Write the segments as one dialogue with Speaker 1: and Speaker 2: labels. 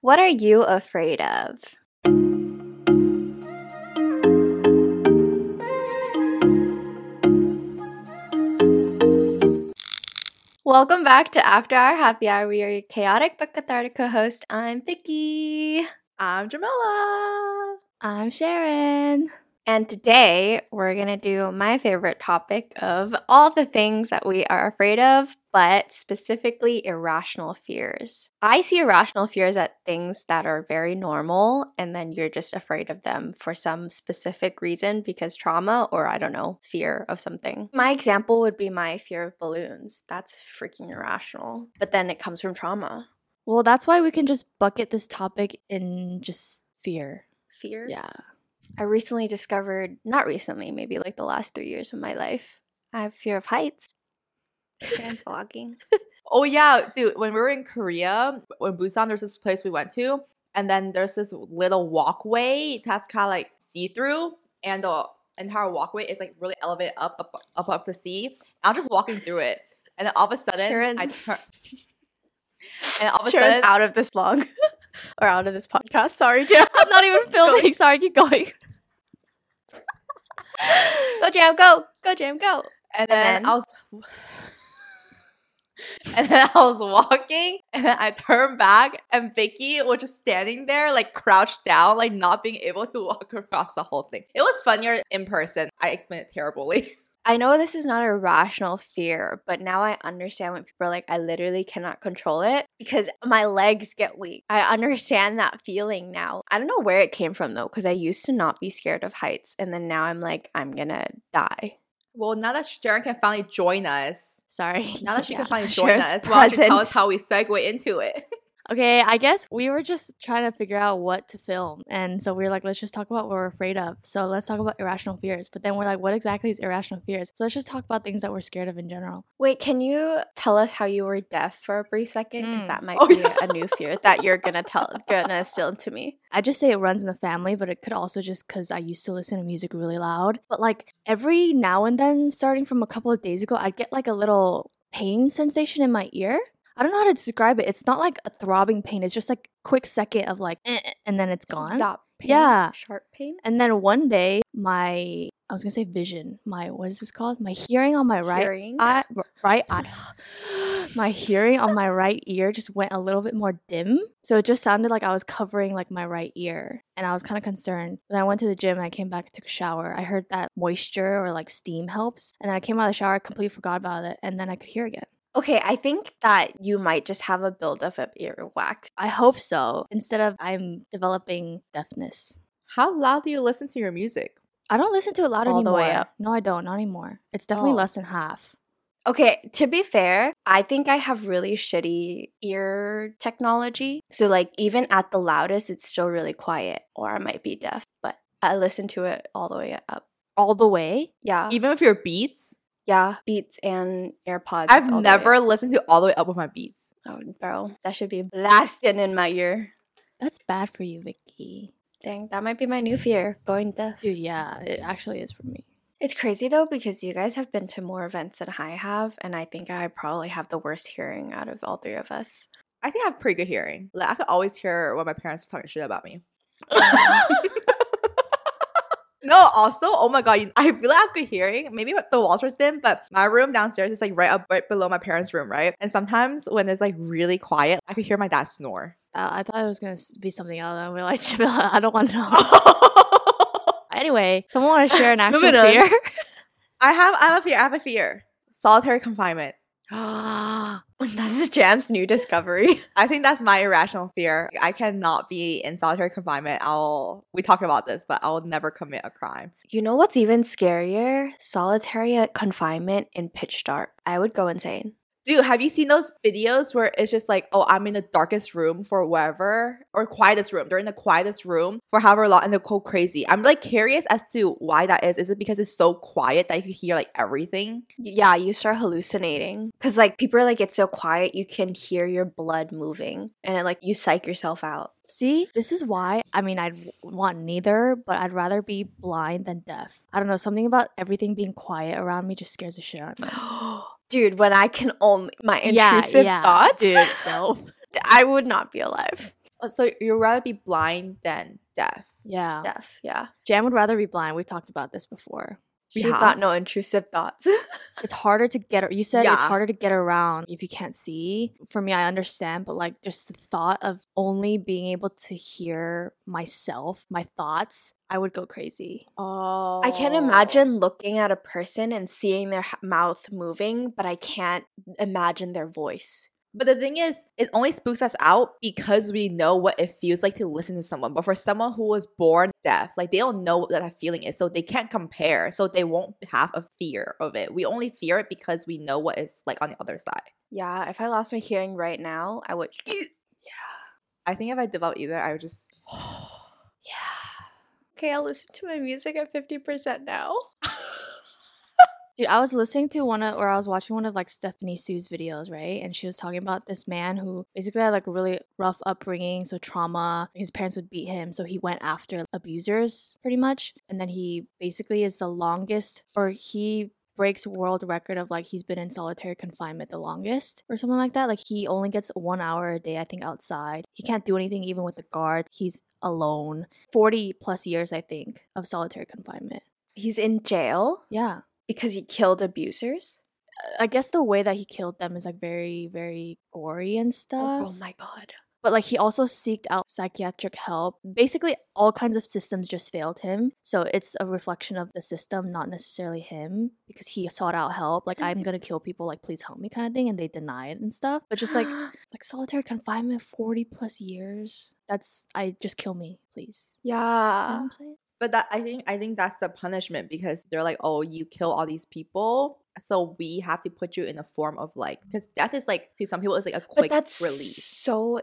Speaker 1: What are you afraid of? Welcome back to After Our Happy Hour. We are your chaotic but cathartic co host. I'm Vicky.
Speaker 2: I'm Jamila.
Speaker 1: I'm Sharon. And today we're going to do my favorite topic of all the things that we are afraid of, but specifically irrational fears. I see irrational fears at things that are very normal, and then you're just afraid of them for some specific reason because trauma or I don't know, fear of something. My example would be my fear of balloons. That's freaking irrational, but then it comes from trauma.
Speaker 2: Well, that's why we can just bucket this topic in just fear.
Speaker 1: Fear?
Speaker 2: Yeah.
Speaker 1: I recently discovered, not recently, maybe like the last three years of my life, I have fear of heights. Trans vlogging.
Speaker 2: Oh yeah, dude. When we were in Korea, when Busan, there's this place we went to, and then there's this little walkway that's kind of like see through, and the entire walkway is like really elevated up, up, up, up to sea. I'm just walking through it, and then all of a sudden,
Speaker 1: Sharon-
Speaker 2: I turn. And all of a
Speaker 1: Sharon's
Speaker 2: sudden,
Speaker 1: out of this vlog or out of this podcast. Sorry, Jam. I'm not even filming. Sorry, keep going. go, Jam. Go. Go, Jam. Go.
Speaker 2: And then,
Speaker 1: then-
Speaker 2: I was And then I was walking and then I turned back and Vicky was just standing there like crouched down, like not being able to walk across the whole thing. It was funnier in person. I explained it terribly.
Speaker 1: I know this is not a rational fear, but now I understand when people are like, I literally cannot control it because my legs get weak. I understand that feeling now. I don't know where it came from though, because I used to not be scared of heights. And then now I'm like, I'm gonna die.
Speaker 2: Well, now that Sharon can finally join us,
Speaker 3: Sorry.
Speaker 2: now that she
Speaker 1: Yeah,
Speaker 2: can finally join
Speaker 1: Sharon's
Speaker 2: us, why don't you tell us
Speaker 1: present.
Speaker 2: how we segue into it?
Speaker 3: Okay, I guess we were just trying to figure out what to film. And so we were like, let's just talk about what we're afraid of. So let's talk about irrational fears. But then we're like, what exactly is irrational fears? So let's just talk about things that we're scared of in general.
Speaker 1: Wait, can you tell us how you were deaf for a brief second? Because
Speaker 3: Mm.
Speaker 1: that might
Speaker 2: Oh,
Speaker 1: be
Speaker 2: yeah.
Speaker 1: a new fear that you're gonna tell, gonna instill into me.
Speaker 3: I just say it runs in the family, but it could also just because I used to listen to music really loud. But like every now and then, starting from a couple of days ago, I'd get like a little pain sensation in my ear. I don't know how to describe it. It's not like a throbbing pain. It's just like quick second of like, eh, eh, and then it's gone.
Speaker 1: Stop. Pain,
Speaker 3: Yeah.
Speaker 1: Sharp pain.
Speaker 3: And then one day, my I was gonna say vision, my what is this called? My hearing on my right
Speaker 1: Hearing.
Speaker 3: eye, r- right eye, my hearing on my right ear just went a little bit more dim. So it just sounded like I was covering like my right ear, and I was kind of concerned. Then I went to the gym. I came back, and took a shower. I heard that moisture or like steam helps, and then I came out of the shower, I completely forgot about it, and then I could hear again.
Speaker 1: okay, I think that you might just have a buildup of earwax.
Speaker 3: I hope so. Instead of I'm developing deafness.
Speaker 2: How loud do you listen to your music?
Speaker 3: I don't listen to it loud
Speaker 1: All the
Speaker 3: anymore.
Speaker 1: way up.
Speaker 3: No, I don't. Not anymore. It's definitely
Speaker 2: Oh.
Speaker 3: less than half.
Speaker 1: Okay, to be fair, I think I have really shitty ear technology. So, like, even at the loudest, it's still really quiet, or I might be deaf, but I listen to it all the way up.
Speaker 3: all the way.
Speaker 1: Yeah.
Speaker 2: Even with your beats?
Speaker 1: yeah. Beats and AirPods.
Speaker 2: I've
Speaker 1: all the way
Speaker 2: never
Speaker 1: up.
Speaker 2: listened to all the way up with my beats.
Speaker 1: Oh, bro. That should be blasting in my ear.
Speaker 3: That's bad for you, Vicky.
Speaker 1: Dang, that might be my new fear going deaf.
Speaker 3: Dude, yeah, it actually is for me.
Speaker 1: It's crazy though, because you guys have been to more events than I have, and I think I probably have the worst hearing out of all three of us.
Speaker 2: I think I have pretty good hearing. Like I could always hear when my parents are talking shit about me. no, also, oh my god, you- I really have good hearing. Maybe the walls are thin, but my room downstairs is like right up, right below my parents' room, right. And sometimes when it's like really quiet, I could hear my dad snore.
Speaker 3: Uh, I thought it was gonna s- be something else, and we're like, Jamila, I don't want to know.
Speaker 2: I
Speaker 3: anyway, someone want to share an actual
Speaker 1: Moving on.
Speaker 3: fear?
Speaker 2: have, I have a fear. I have a fear. Solitary confinement.
Speaker 1: That's Jam's new discovery.
Speaker 2: I think that's my irrational fear. I cannot be in solitary confinement. I'll. We talked about this, but I'll never commit a crime.
Speaker 1: You know what's even scarier? Solitary uh, confinement in pitch dark. I would go insane.
Speaker 2: Dude, have you seen those videos where it's just like, oh, I'm in the darkest room for whatever, or quietest room? They're in the quietest room for however long, and they're go crazy. I'm like curious as to why that is. Is it because it's so quiet that you can hear like everything?
Speaker 1: Y- Yeah, you start hallucinating. Cause like people are like, it's so quiet, you can hear your blood moving, and it like you psych yourself out.
Speaker 3: See, this is why. I mean, I'd w- want neither, but I'd rather be blind than deaf. I don't know. Something about everything being quiet around me just scares the shit out of me.
Speaker 1: Dude, when I can only my
Speaker 3: Yeah,
Speaker 1: intrusive
Speaker 3: yeah,
Speaker 1: thoughts,
Speaker 3: dude, no.
Speaker 1: I would not be alive.
Speaker 2: Oh, So you'd rather be blind than deaf.
Speaker 3: Yeah.
Speaker 1: Deaf, yeah.
Speaker 3: Jan would rather be blind. We've talked about this before.
Speaker 2: We
Speaker 1: She
Speaker 2: have-
Speaker 1: thought no intrusive thoughts.
Speaker 3: It's harder to get. You said it's
Speaker 2: Yeah.
Speaker 3: harder to get around if you can't see. For me, I understand, but like just the thought of only being able to hear myself, my thoughts, I would go crazy.
Speaker 2: Oh,
Speaker 1: I can imagine looking at a person and seeing their h- mouth moving, but I can't imagine their voice.
Speaker 2: But the thing is, it only spooks us out because we know what it feels like to listen to someone. But for someone who was born deaf, like they don't know what that feeling is, so they can't compare. So they won't have a fear of it. We only fear it because we know what it's like on the other side.
Speaker 1: Yeah, if I lost my hearing right now, I would. yeah.
Speaker 2: I think if I develop either, I would just.
Speaker 1: Okay, I'll listen to my music at 50% now.
Speaker 3: Dude, I was listening to one of, or I was watching one of like Stephanie Sue's videos, right? And she was talking about this man who basically had like a really rough upbringing, so trauma. His parents would beat him, so he went after abusers pretty much. And then he basically is the longest, or he breaks world record of like he's been in solitary confinement the longest or something like that like he only gets one hour a day i think outside he can't do anything even with the guard he's alone 40 plus years i think of solitary confinement
Speaker 1: He's in jail
Speaker 3: yeah
Speaker 1: because he killed abusers.
Speaker 3: I guess the way that he killed them is like very, very gory and stuff.
Speaker 1: Oh, oh my god.
Speaker 3: But like he also seeked out psychiatric help. Basically, all kinds of systems just failed him. So it's a reflection of the system, not necessarily him, because he sought out help. Like, I'm gonna kill people, like, please help me, kind of thing. And they denied and stuff. But just like, like solitary confinement, 40 plus years. That's, I just kill me, please. You know what
Speaker 1: yeah.
Speaker 3: I'm saying?
Speaker 2: But that I think I think that's the punishment because they're like, oh, you kill all these people, so we have to put you in a form of like because death is like to some people it's like a
Speaker 1: But
Speaker 2: quick
Speaker 1: that's
Speaker 2: release.
Speaker 1: so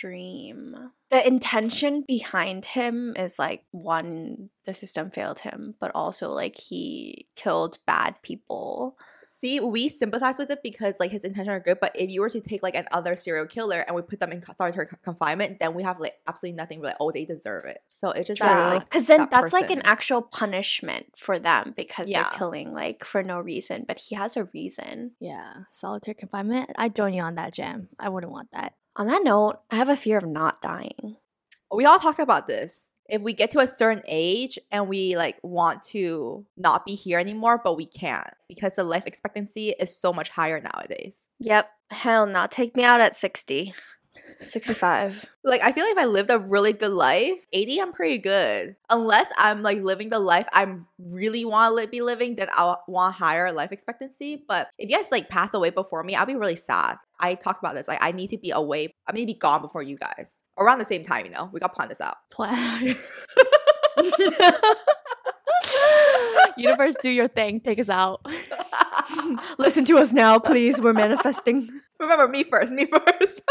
Speaker 1: extreme. The intention behind him is like one, the system failed him, but also like he killed bad people.
Speaker 2: See, we sympathize with it because like his intentions are good, but if you were to take like another serial killer and we put them in co- solitary co- confinement, then we have like absolutely nothing. We're like, oh, they deserve it. So it's just that,
Speaker 1: Because
Speaker 3: True.
Speaker 1: then
Speaker 2: like that
Speaker 1: that's like an
Speaker 2: person-
Speaker 1: actual punishment for them because
Speaker 2: Yeah.
Speaker 1: they're killing like for no reason, but he has a reason.
Speaker 3: Yeah, solitary confinement. I join you on that, Jam. I wouldn't want that.
Speaker 1: On that note, I have a fear of not dying.
Speaker 2: we all talk about this. If we get to a certain age and we like want to not be here anymore, but we can't because the life expectancy is so much higher nowadays.
Speaker 1: Yep. Hell not take me out at 60. 65.
Speaker 2: Like I feel like if I lived a really good life, 80 I'm pretty good. Unless I'm like living the life I'm really want to li- be living, then I'll want higher life expectancy. But if you guys like pass away before me, I'll be really sad. I talk about this. Like I need to be away. I need to be gone before you guys. Around the same time, you know. We got to plan this out.
Speaker 3: Plan. Universe, do your thing. Take us out.
Speaker 1: Listen to us now, please. We're manifesting.
Speaker 2: Remember me first, me first.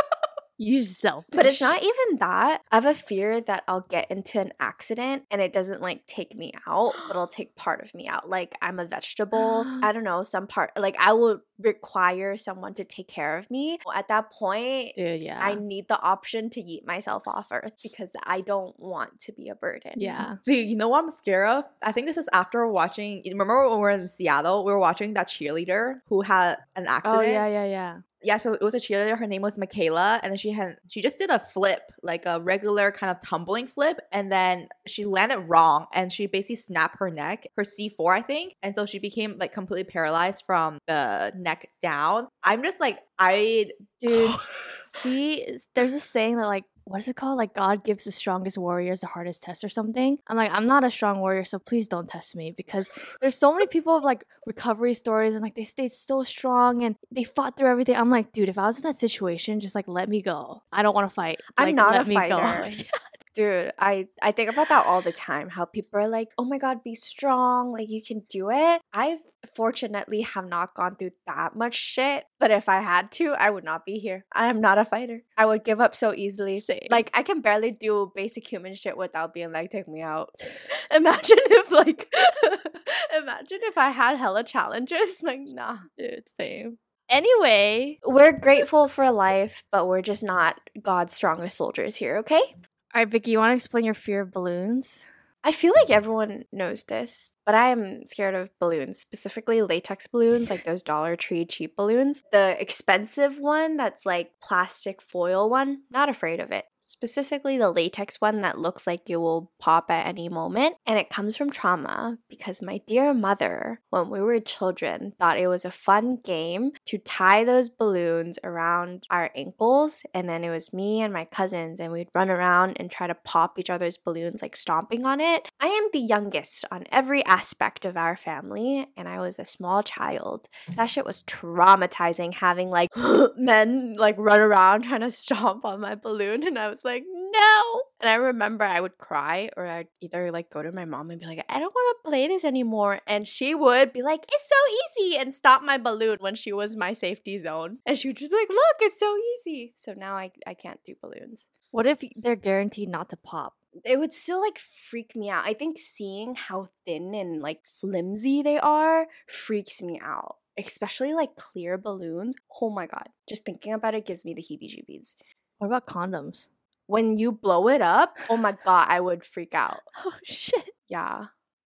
Speaker 3: You selfish.
Speaker 1: But it's not even that. I have a fear that I'll get into an accident and it doesn't like take me out, but it'll take part of me out. Like I'm a vegetable. I don't know, some part, like I will require someone to take care of me. At that point,
Speaker 3: Dude, yeah.
Speaker 1: I need the option to eat myself off earth because I don't want to be a burden.
Speaker 3: yeah.
Speaker 2: See, you know what I'm scared of? I think this is after watching. Remember when we were in Seattle, we were watching that cheerleader who had an accident.
Speaker 3: Oh, yeah, yeah, yeah.
Speaker 2: yeah, so it was a cheerleader. Her name was Michaela, and then she had she just did a flip, like a regular kind of tumbling flip, and then she landed wrong, and she basically snapped her neck, her C four, I think, and so she became like completely paralyzed from the neck down. I'm just like I,
Speaker 3: Dude, see, it's- there's a saying that, like, what is it called? Like, God gives the strongest warriors the hardest test or something. I'm like, I'm not a strong warrior, so please don't test me because there's so many people of like recovery stories and like they stayed so strong and they fought through everything. I'm like, dude, if I was in that situation, just like let me go. I don't want to fight.
Speaker 1: I'm
Speaker 3: Like,
Speaker 1: not
Speaker 3: let
Speaker 1: a
Speaker 3: me go."
Speaker 1: fighter. Dude, I, I think about that all the time. How people are like, oh my God, be strong. Like, you can do it. I fortunately have not gone through that much shit. But if I had to, I would not be here. I am not a fighter. I would give up so easily.
Speaker 3: Same.
Speaker 1: Like, I can barely do basic human shit without being like, take me out. imagine if, like, imagine if I had hella challenges. Like, nah.
Speaker 3: dude, same. Anyway,
Speaker 1: We're grateful for life, but we're just not God's strongest soldiers here, okay?
Speaker 3: all right, Vicky, you want to explain your fear of balloons?
Speaker 1: I feel like everyone knows this, but I am scared of balloons, specifically latex balloons, like those Dollar Tree cheap balloons. The expensive one that's like plastic foil one, not afraid of it. specifically the latex one that looks like it will pop at any moment. And it comes from trauma because my dear mother, when we were children, thought it was a fun game to tie those balloons around our ankles. And then it was me and my cousins, and we'd run around and try to pop each other's balloons, like stomping on it. I am the youngest on every aspect of our family, and I was a small child. That shit was traumatizing having like men like run around trying to stomp on my balloon and I was like, "No." And I remember I would cry or I'd either like go to my mom and be like, "I don't want to play this anymore." And she would be like, "It's so easy." and stop my balloon when she was my safety zone. And she would just be like, "Look, it's so easy." So now I I can't do balloons.
Speaker 3: What if they're guaranteed not to pop?
Speaker 1: It would still like freak me out. I think seeing how thin and like flimsy they are freaks me out especially like clear balloons. Oh my god, just thinking about it gives me the heebie jeebies.
Speaker 3: What about condoms?
Speaker 1: When you blow it up, oh my god, I would freak out.
Speaker 3: Oh shit.
Speaker 1: Yeah.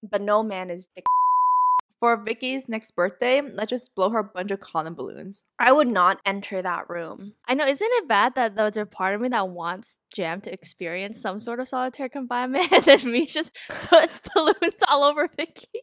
Speaker 1: But no man is dick.
Speaker 2: For Vicky's next birthday, let's just blow her a bunch of condom balloons.
Speaker 1: I would not enter that room.
Speaker 3: I know, isn't it bad that though there's a part of me that wants Jam to experience some sort of solitary confinement and then me just put balloons all over Vicky?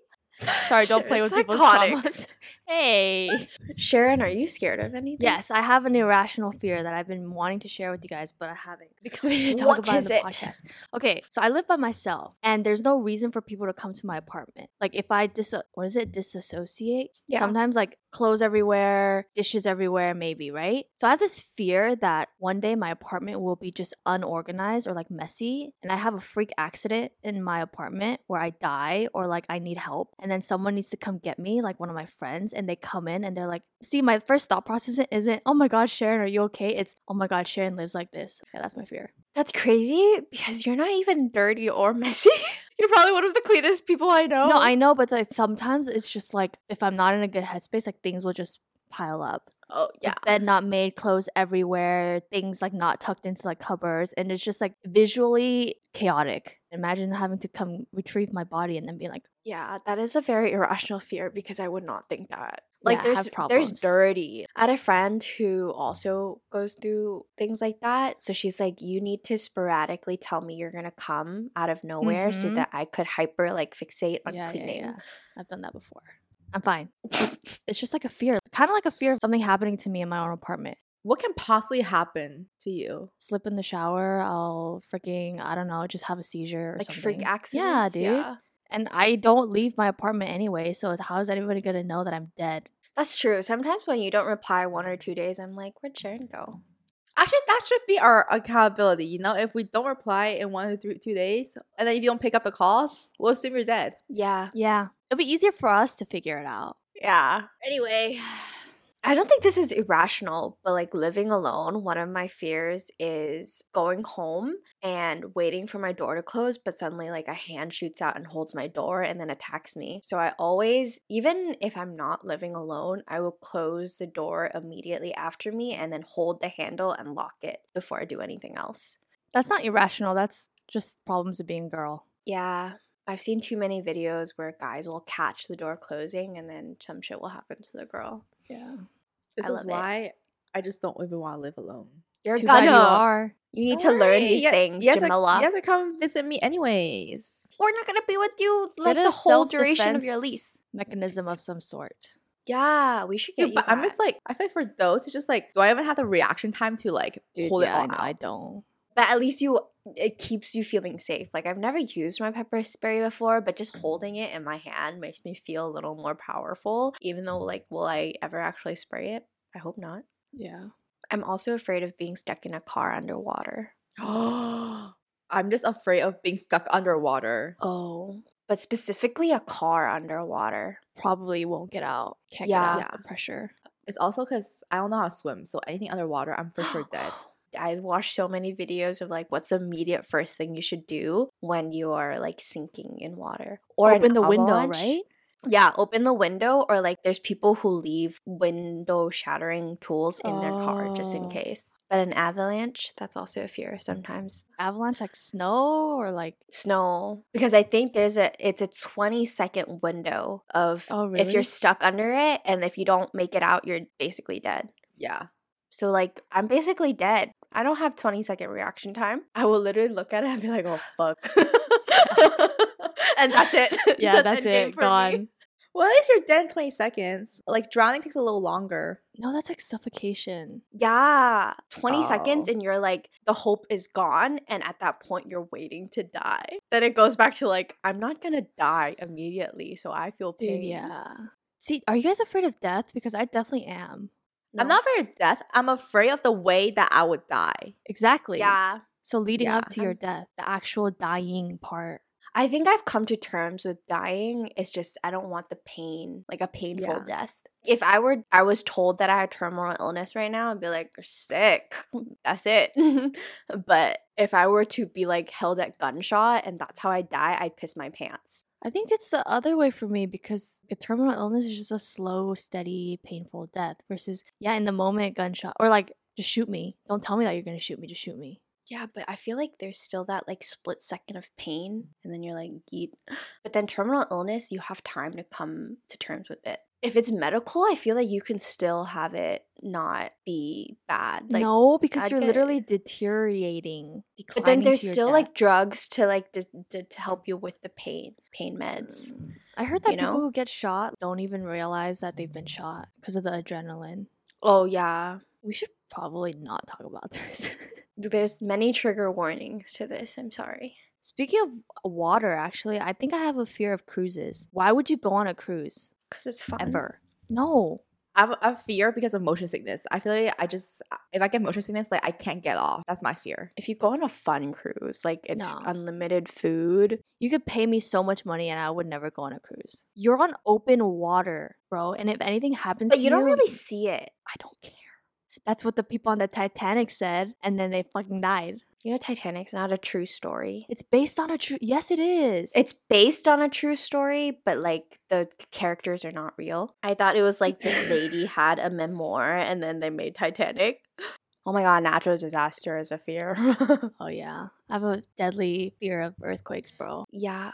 Speaker 3: Sorry, don't play with people's traumas. Hey.
Speaker 1: Sharon, are you scared of anything?
Speaker 3: Yes, I have an irrational fear that I've been wanting to share with you guys, but I haven't because we didn't talk
Speaker 1: What
Speaker 3: about
Speaker 1: is
Speaker 3: it in
Speaker 1: it?
Speaker 3: the podcast. Okay, so I live by myself, and there's no reason for people to come to my apartment. Like if I dis, what is it, disassociate?
Speaker 1: Yeah.
Speaker 3: Sometimes like clothes everywhere, dishes everywhere, maybe right. So I have this fear that one day my apartment will be just unorganized or like messy, and I have a freak accident in my apartment where I die or like I need help, and then someone needs to come get me, like one of my friends, and they come in and they're like, "See, my first thought process isn't, oh my god, Sharon, are you okay? It's, oh my god, Sharon lives like this." Okay, that's my fear.
Speaker 1: That's crazy because you're not even dirty or messy. you're probably one of the cleanest people I know.
Speaker 3: No, I know, but like sometimes it's just like if I'm not in a good headspace, like things will just pile up.
Speaker 1: Oh,
Speaker 3: Like,
Speaker 1: yeah.
Speaker 3: bed not made, clothes everywhere, things like not tucked into like cupboards, and it's just like visually chaotic. Imagine having to come retrieve my body and then be like,
Speaker 1: Yeah, that is a very irrational fear because I would not think that. Like
Speaker 3: Yeah, I
Speaker 1: there's
Speaker 3: have
Speaker 1: there's
Speaker 3: problems.
Speaker 1: dirty. I had a friend who also goes through things like that. So she's like, you need to sporadically tell me you're gonna come out of nowhere so
Speaker 3: Mhm.
Speaker 1: that I could hyper like fixate on
Speaker 3: yeah, yeah,
Speaker 1: cleaning.
Speaker 3: yeah, I've done that before. I'm fine. it's just like a fear, kind of like a fear of something happening to me in my own apartment.
Speaker 2: What can possibly happen to you?
Speaker 3: Slip in the shower, I'll freaking I don't know, just have a seizure or
Speaker 1: Like
Speaker 3: something.
Speaker 1: freak accidents.
Speaker 3: Yeah, dude. And I don't leave my apartment anyway, so it's- how is anybody gonna know that I'm dead?
Speaker 1: That's true. Sometimes when you don't reply one or two days, I'm like, where'd Sharon go?
Speaker 2: Actually, that should be our accountability. You know, if we don't reply in one to three, two days, and then if you don't pick up the calls, we'll assume you're dead.
Speaker 1: Yeah.
Speaker 3: Yeah, it'll be easier for us to figure it out.
Speaker 1: Yeah. Anyway, I don't think this is irrational, but like living alone, one of my fears is going home and waiting for my door to close, but suddenly like a hand shoots out and holds my door and then attacks me. So I always, even if I'm not living alone, I will close the door immediately after me and then hold the handle and lock it before I do anything else.
Speaker 3: That's not irrational. That's just problems of being a girl.
Speaker 1: Yeah. I've seen too many videos where guys will catch the door closing and then some shit will happen to the girl.
Speaker 3: Yeah,
Speaker 2: This
Speaker 1: I
Speaker 2: is
Speaker 1: love it.
Speaker 2: why I just don't even want to live alone.
Speaker 1: You're
Speaker 3: Too bad
Speaker 1: gonna.
Speaker 3: you are.
Speaker 1: You need to
Speaker 2: Don't
Speaker 1: learn
Speaker 2: worry,
Speaker 1: these
Speaker 2: you-
Speaker 1: things,
Speaker 2: you guys are-
Speaker 1: Jamila.
Speaker 2: You guys are coming visit me anyways.
Speaker 1: We're not gonna be with you
Speaker 3: That
Speaker 1: like the
Speaker 3: is
Speaker 1: whole duration of your
Speaker 3: self-defense
Speaker 1: lease.
Speaker 3: mechanism of some sort.
Speaker 1: Yeah, we should get
Speaker 2: Dude,
Speaker 1: you.
Speaker 2: but I'm
Speaker 1: that.
Speaker 2: just like, I feel for those. It's just like, do I even have the reaction time to like pull
Speaker 3: yeah, I
Speaker 2: it
Speaker 3: know,
Speaker 2: all
Speaker 3: I
Speaker 2: out?
Speaker 3: don't.
Speaker 1: but at least you, it keeps you feeling safe. Like I've never used my pepper spray before, but just holding it in my hand makes me feel a little more powerful. Even though, like, will I ever actually spray it? I hope not.
Speaker 3: Yeah.
Speaker 1: I'm also afraid of being stuck in a car underwater.
Speaker 2: I'm just afraid of being stuck underwater.
Speaker 1: Oh, but specifically a car underwater.
Speaker 3: Probably won't get out. Can't
Speaker 1: Yeah.
Speaker 3: get out. of
Speaker 2: Yeah.
Speaker 3: the pressure.
Speaker 2: It's also because I don't know how to swim, so anything underwater, I'm for sure dead.
Speaker 1: I've watched so many videos of like what's the immediate first thing you should do when you are like sinking in water or an
Speaker 3: open the window,
Speaker 1: avalanche.
Speaker 3: right?
Speaker 1: Yeah, open the window or like there's people who leave window shattering tools in their car just in
Speaker 3: Oh.
Speaker 1: case. But an avalanche, that's also a fear sometimes.
Speaker 3: Avalanche like snow or like
Speaker 1: Snow because I think there's a it's a 20 second window of
Speaker 3: Oh,
Speaker 1: if you're
Speaker 3: really?
Speaker 1: stuck under it and if you don't make it out you're basically dead.
Speaker 2: Yeah.
Speaker 1: So like I'm basically dead. I don't have 20 second reaction time. I will literally look at it and be like, oh fuck. and that's it.
Speaker 3: Yeah, that's,
Speaker 1: endgame
Speaker 3: it.
Speaker 1: for me.
Speaker 3: Gone.
Speaker 2: Well, at least you're dead in 20 seconds. Like drowning takes a little longer.
Speaker 3: No, that's like suffocation.
Speaker 1: Yeah. 20 seconds
Speaker 2: Oh.
Speaker 1: and you're like, the hope is gone. And at that point, you're waiting to die. Then it goes back to like, I'm not going to die immediately. So I feel pain.
Speaker 3: Yeah. See, are you guys afraid of death? Because I definitely am.
Speaker 2: I'm
Speaker 1: No.
Speaker 2: not afraid of death. I'm afraid of the way that I would die.
Speaker 3: Exactly.
Speaker 1: Yeah.
Speaker 3: So leading
Speaker 2: Yeah.
Speaker 3: up to your death, the actual dying part.
Speaker 1: I think I've come to terms with dying. It's just, I don't want the pain, like a painful
Speaker 3: Yeah.
Speaker 1: death. If I were, I was told that I had terminal illness right now, I'd be like, you're sick. That's it. but if I were to be like held at gunshot and that's how I die, I'd piss my pants.
Speaker 3: I think it's the other way for me because a terminal illness is just a slow, steady, painful death versus yeah, in the moment gunshot or like just shoot me. Don't tell me that you're gonna shoot me, just shoot me.
Speaker 1: Yeah, but I feel like there's still that like split second of pain, and then you're like, yeet. But then terminal illness, you have time to come to terms with it. If it's medical, I feel like you can still have it not be bad. Like,
Speaker 3: no, because
Speaker 1: I'd
Speaker 3: you're
Speaker 1: get-
Speaker 3: literally deteriorating.
Speaker 1: but then
Speaker 3: declining to
Speaker 1: there's
Speaker 3: your
Speaker 1: still
Speaker 3: death.
Speaker 1: like drugs to like d- d- to help you with the pain, pain meds.
Speaker 3: Mm. I heard that
Speaker 1: you know?
Speaker 3: people who get shot don't even realize that they've been shot because of the adrenaline.
Speaker 1: Oh yeah,
Speaker 3: We should probably not talk about this.
Speaker 1: there's many trigger warnings to this. I'm sorry.
Speaker 3: Speaking of water, actually, I think I have a fear of cruises. Why would you go on a cruise
Speaker 1: Cause it's fun.
Speaker 3: ever? No.
Speaker 2: I have a fear because of motion sickness. I feel like I just, if I get motion sickness, like I can't get off. That's my fear.
Speaker 1: If you go on a fun cruise, like it's
Speaker 3: No.
Speaker 1: unlimited food.
Speaker 3: You could pay me so much money and I would never go on a cruise. You're on open water, bro. And if anything happens
Speaker 1: But
Speaker 3: to
Speaker 1: you don't really see it.
Speaker 3: I don't care. That's what the people on the Titanic said, and then they fucking died.
Speaker 1: You know, Titanic's not a true story.
Speaker 3: It's based on a true. Yes, it is.
Speaker 1: It's based on a true story, but like the characters are not real. I thought it was like this lady had a memoir and then they made Titanic. Oh my god, natural disaster is a fear.
Speaker 3: Oh yeah, I have a deadly fear of earthquakes, bro.
Speaker 1: yeah.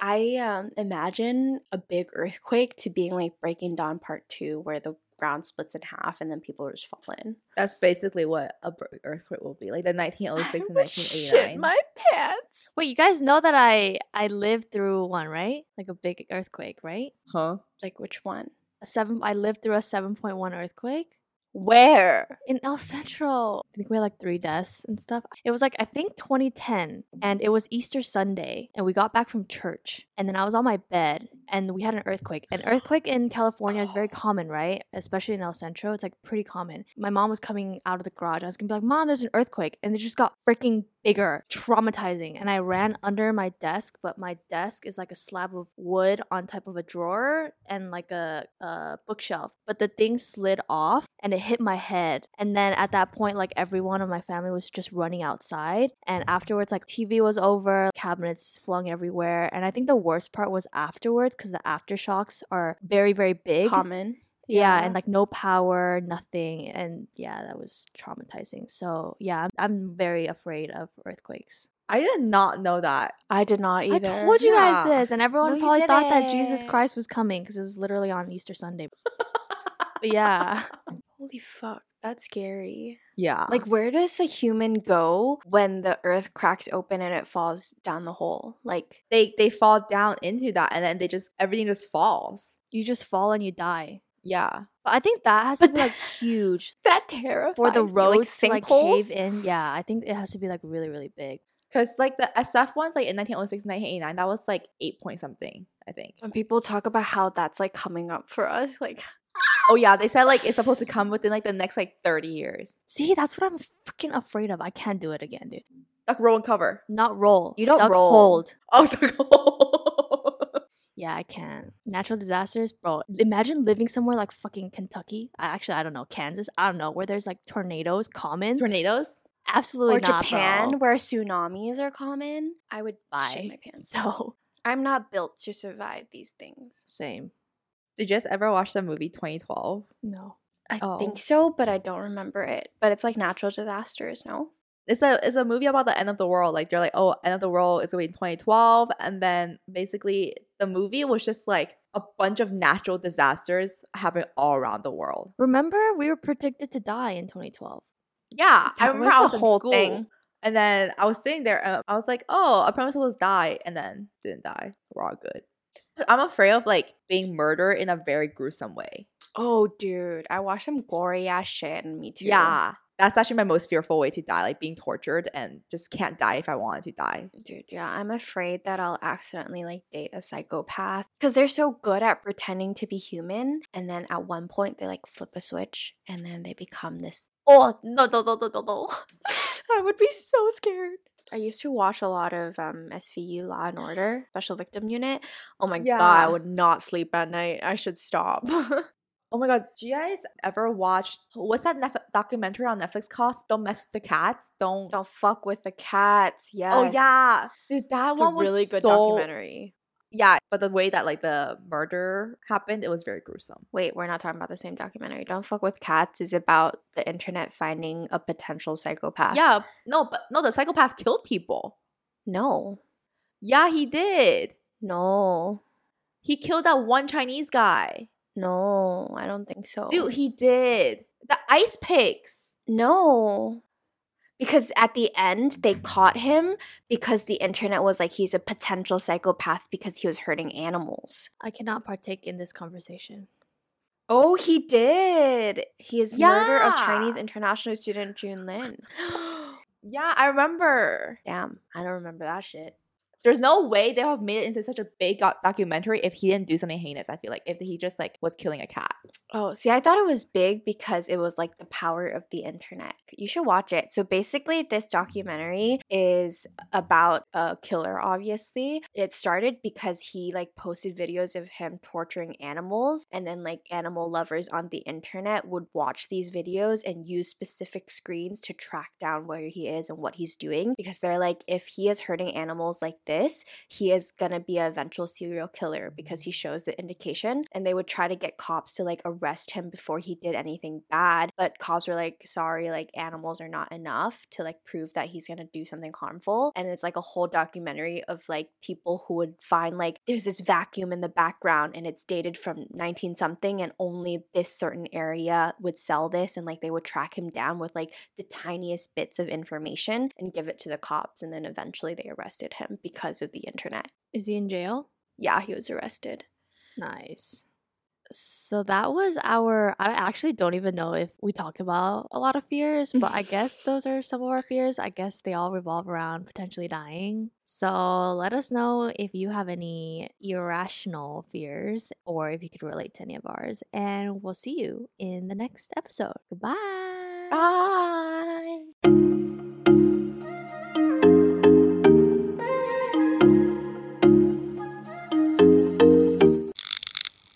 Speaker 1: I um, imagine a big earthquake to being like Breaking Dawn Part 2, where the ground splits in half and then people just fall in.
Speaker 2: That's basically what a br- earthquake will be like the 1906 and
Speaker 1: would shit
Speaker 2: 1989.
Speaker 1: my pants.
Speaker 3: Wait, you guys know that I I lived through one, right? Like a big earthquake, right?
Speaker 2: huh?
Speaker 1: Like, which one?
Speaker 3: A seven. I lived through a seven point one earthquake.
Speaker 1: Where?
Speaker 3: in El Centro. I think we had like three deaths and stuff. It was like I think 2010, and it was Easter Sunday, and we got back from church, and then I was on my bed, and we had an earthquake. An earthquake in California is very common, right? Especially in El Centro, it's like pretty common. My mom was coming out of the garage. I was gonna be like, "Mom, there's an earthquake," and it just got freaking bigger, traumatizing. And I ran under my desk, but my desk is like a slab of wood on top of a drawer and like a, a bookshelf. But the thing slid off and it hit my head. And then at that point, like everyone in my family was just running outside. And afterwards, like TV was over, cabinets flung everywhere. And I think the worst part was afterwards because the aftershocks are very, very big.
Speaker 1: Common.
Speaker 3: Yeah, and like no power, nothing. And yeah, that was traumatizing. So yeah, I'm, I'm very afraid of earthquakes.
Speaker 2: I did not know that.
Speaker 1: I did not either.
Speaker 3: I told you guys
Speaker 2: Yeah.
Speaker 3: this, and everyone
Speaker 1: No, you
Speaker 3: probably thought that Jesus
Speaker 1: didn't.
Speaker 3: Christ was coming because it was literally on Easter Sunday. But yeah,
Speaker 1: Holy fuck, that's scary.
Speaker 2: Yeah.
Speaker 1: Like, where does a human go when the earth cracks open and it falls down the hole? Like,
Speaker 2: they they fall down into that and then they just everything just falls.
Speaker 3: you just fall and you die.
Speaker 2: Yeah.
Speaker 3: But I think that has to
Speaker 1: But
Speaker 3: be like
Speaker 1: that-
Speaker 3: huge
Speaker 1: that terrifies
Speaker 3: for the
Speaker 1: me,
Speaker 3: road to
Speaker 1: like
Speaker 3: like cave in. Yeah, I think it has to be like really, really big.
Speaker 2: Cause like the SF ones like in 1906, 1989, that was like eight point something, I think.
Speaker 1: When people talk about how that's like coming up for us, like,
Speaker 2: Oh yeah, they said like it's supposed to come within like the next like 30 years.
Speaker 3: See, that's what I'm freaking afraid of. I can't do it again, dude.
Speaker 2: Like roll and cover.
Speaker 3: Not roll.
Speaker 1: You don't
Speaker 3: Duck
Speaker 1: roll.
Speaker 3: Hold.
Speaker 2: Oh the goal.
Speaker 3: Yeah, I can't. Natural disasters, bro. Imagine living somewhere like fucking Kentucky. I actually I don't know, Kansas. I don't know where there's like tornadoes common.
Speaker 2: Tornadoes?
Speaker 3: Absolutely
Speaker 1: or
Speaker 3: not,
Speaker 1: Japan,
Speaker 3: bro.
Speaker 1: where tsunamis are common, I would shit
Speaker 3: Bye.
Speaker 1: my pants.
Speaker 3: So
Speaker 1: I'm not built to survive these things.
Speaker 3: same.
Speaker 2: Did you guys ever watch the movie 2012?
Speaker 3: No.
Speaker 1: I
Speaker 2: Oh.
Speaker 1: think so, but I don't remember it. But it's like natural disasters, no?
Speaker 2: it's a it's a movie about the end of the world. Like they're like, oh, end of the world is going to be in 2012, and then basically the movie was just like a bunch of natural disasters happening all around the world.
Speaker 3: Remember, we were predicted to die in 2012.
Speaker 2: Yeah, I
Speaker 1: That
Speaker 2: remember
Speaker 1: was
Speaker 2: I
Speaker 1: a
Speaker 2: was in
Speaker 1: whole
Speaker 2: school,
Speaker 1: thing.
Speaker 2: and then I was sitting there. And I was like, "Oh, I promise I will die," and then didn't die. We're all good. I'm afraid of like being murdered in a very gruesome way.
Speaker 1: Oh, dude, I watched some gory ass shit, and me too.
Speaker 2: Yeah, that's actually my most fearful way to die, like being tortured and just can't die if I wanted to die.
Speaker 1: Dude, yeah, I'm afraid that I'll accidentally like date a psychopath because they're so good at pretending to be human, and then at one point they like flip a switch, and then they become this. Oh no no no no no no! I would be so scared. I used to watch a lot of um, SVU Law and Order Special Victim Unit. Oh my god, I
Speaker 2: Yeah.
Speaker 1: would not sleep at night. I should stop.
Speaker 2: Oh my god, do you guys ever watch what's that Netf- documentary on Netflix called? Don't mess with the cats. Don't.
Speaker 1: Don't fuck with the cats. Yes.
Speaker 2: Oh yeah, dude, that
Speaker 1: It's a
Speaker 2: one was
Speaker 1: really good
Speaker 2: so-
Speaker 1: documentary.
Speaker 2: Yeah, but the way that like the murder happened, it was very gruesome.
Speaker 1: Wait, we're not talking about the same documentary. Don't fuck with cats is about the internet finding a potential psychopath.
Speaker 2: Yeah, no, but no, the psychopath killed people.
Speaker 1: No.
Speaker 2: Yeah, he did.
Speaker 1: No.
Speaker 2: He killed that one Chinese guy.
Speaker 1: No, I don't think so.
Speaker 2: Dude, he did. The ice pigs.
Speaker 1: no. Because at the end they caught him because the internet was like he's a potential psychopath because he was hurting animals.
Speaker 3: I cannot partake in this conversation.
Speaker 1: Oh, he did. He is murder of Chinese
Speaker 2: Yeah.
Speaker 1: international student Jun Lin.
Speaker 2: yeah, I remember.
Speaker 1: Damn, I don't remember that shit.
Speaker 2: There's no way they would have made it into such a big go- documentary if he didn't do something heinous. I feel like if he just like was killing a cat.
Speaker 1: Oh, see, I thought it was big because it was like the power of the internet. You should watch it. So basically, this documentary is about a killer, obviously. It started because he like posted videos of him torturing animals, and then like animal lovers on the internet would watch these videos and use specific screens to track down where he is and what he's doing because they're like, if he is hurting animals like this, he is gonna be an eventual serial killer because he shows the indication and they would try to get cops to like arrest him before he did anything bad but cops were like sorry like animals are not enough to like prove that he's gonna do something harmful and it's like a whole documentary of like people who would find like there's this vacuum in the background and it's dated from 19 something and only this certain area would sell this and like they would track him down with like the tiniest bits of information and give it to the cops and then eventually they arrested him because of the internet
Speaker 3: Is he in jail?
Speaker 1: yeah he was arrested
Speaker 3: Nice. So that was our. I actually don't even know if we talked about a lot of fears, but I guess those are some of our fears. I guess they all revolve around potentially dying. So let us know if you have any irrational fears or if you could relate to any of ours. And we'll see you in the next episode. Goodbye.
Speaker 2: Bye.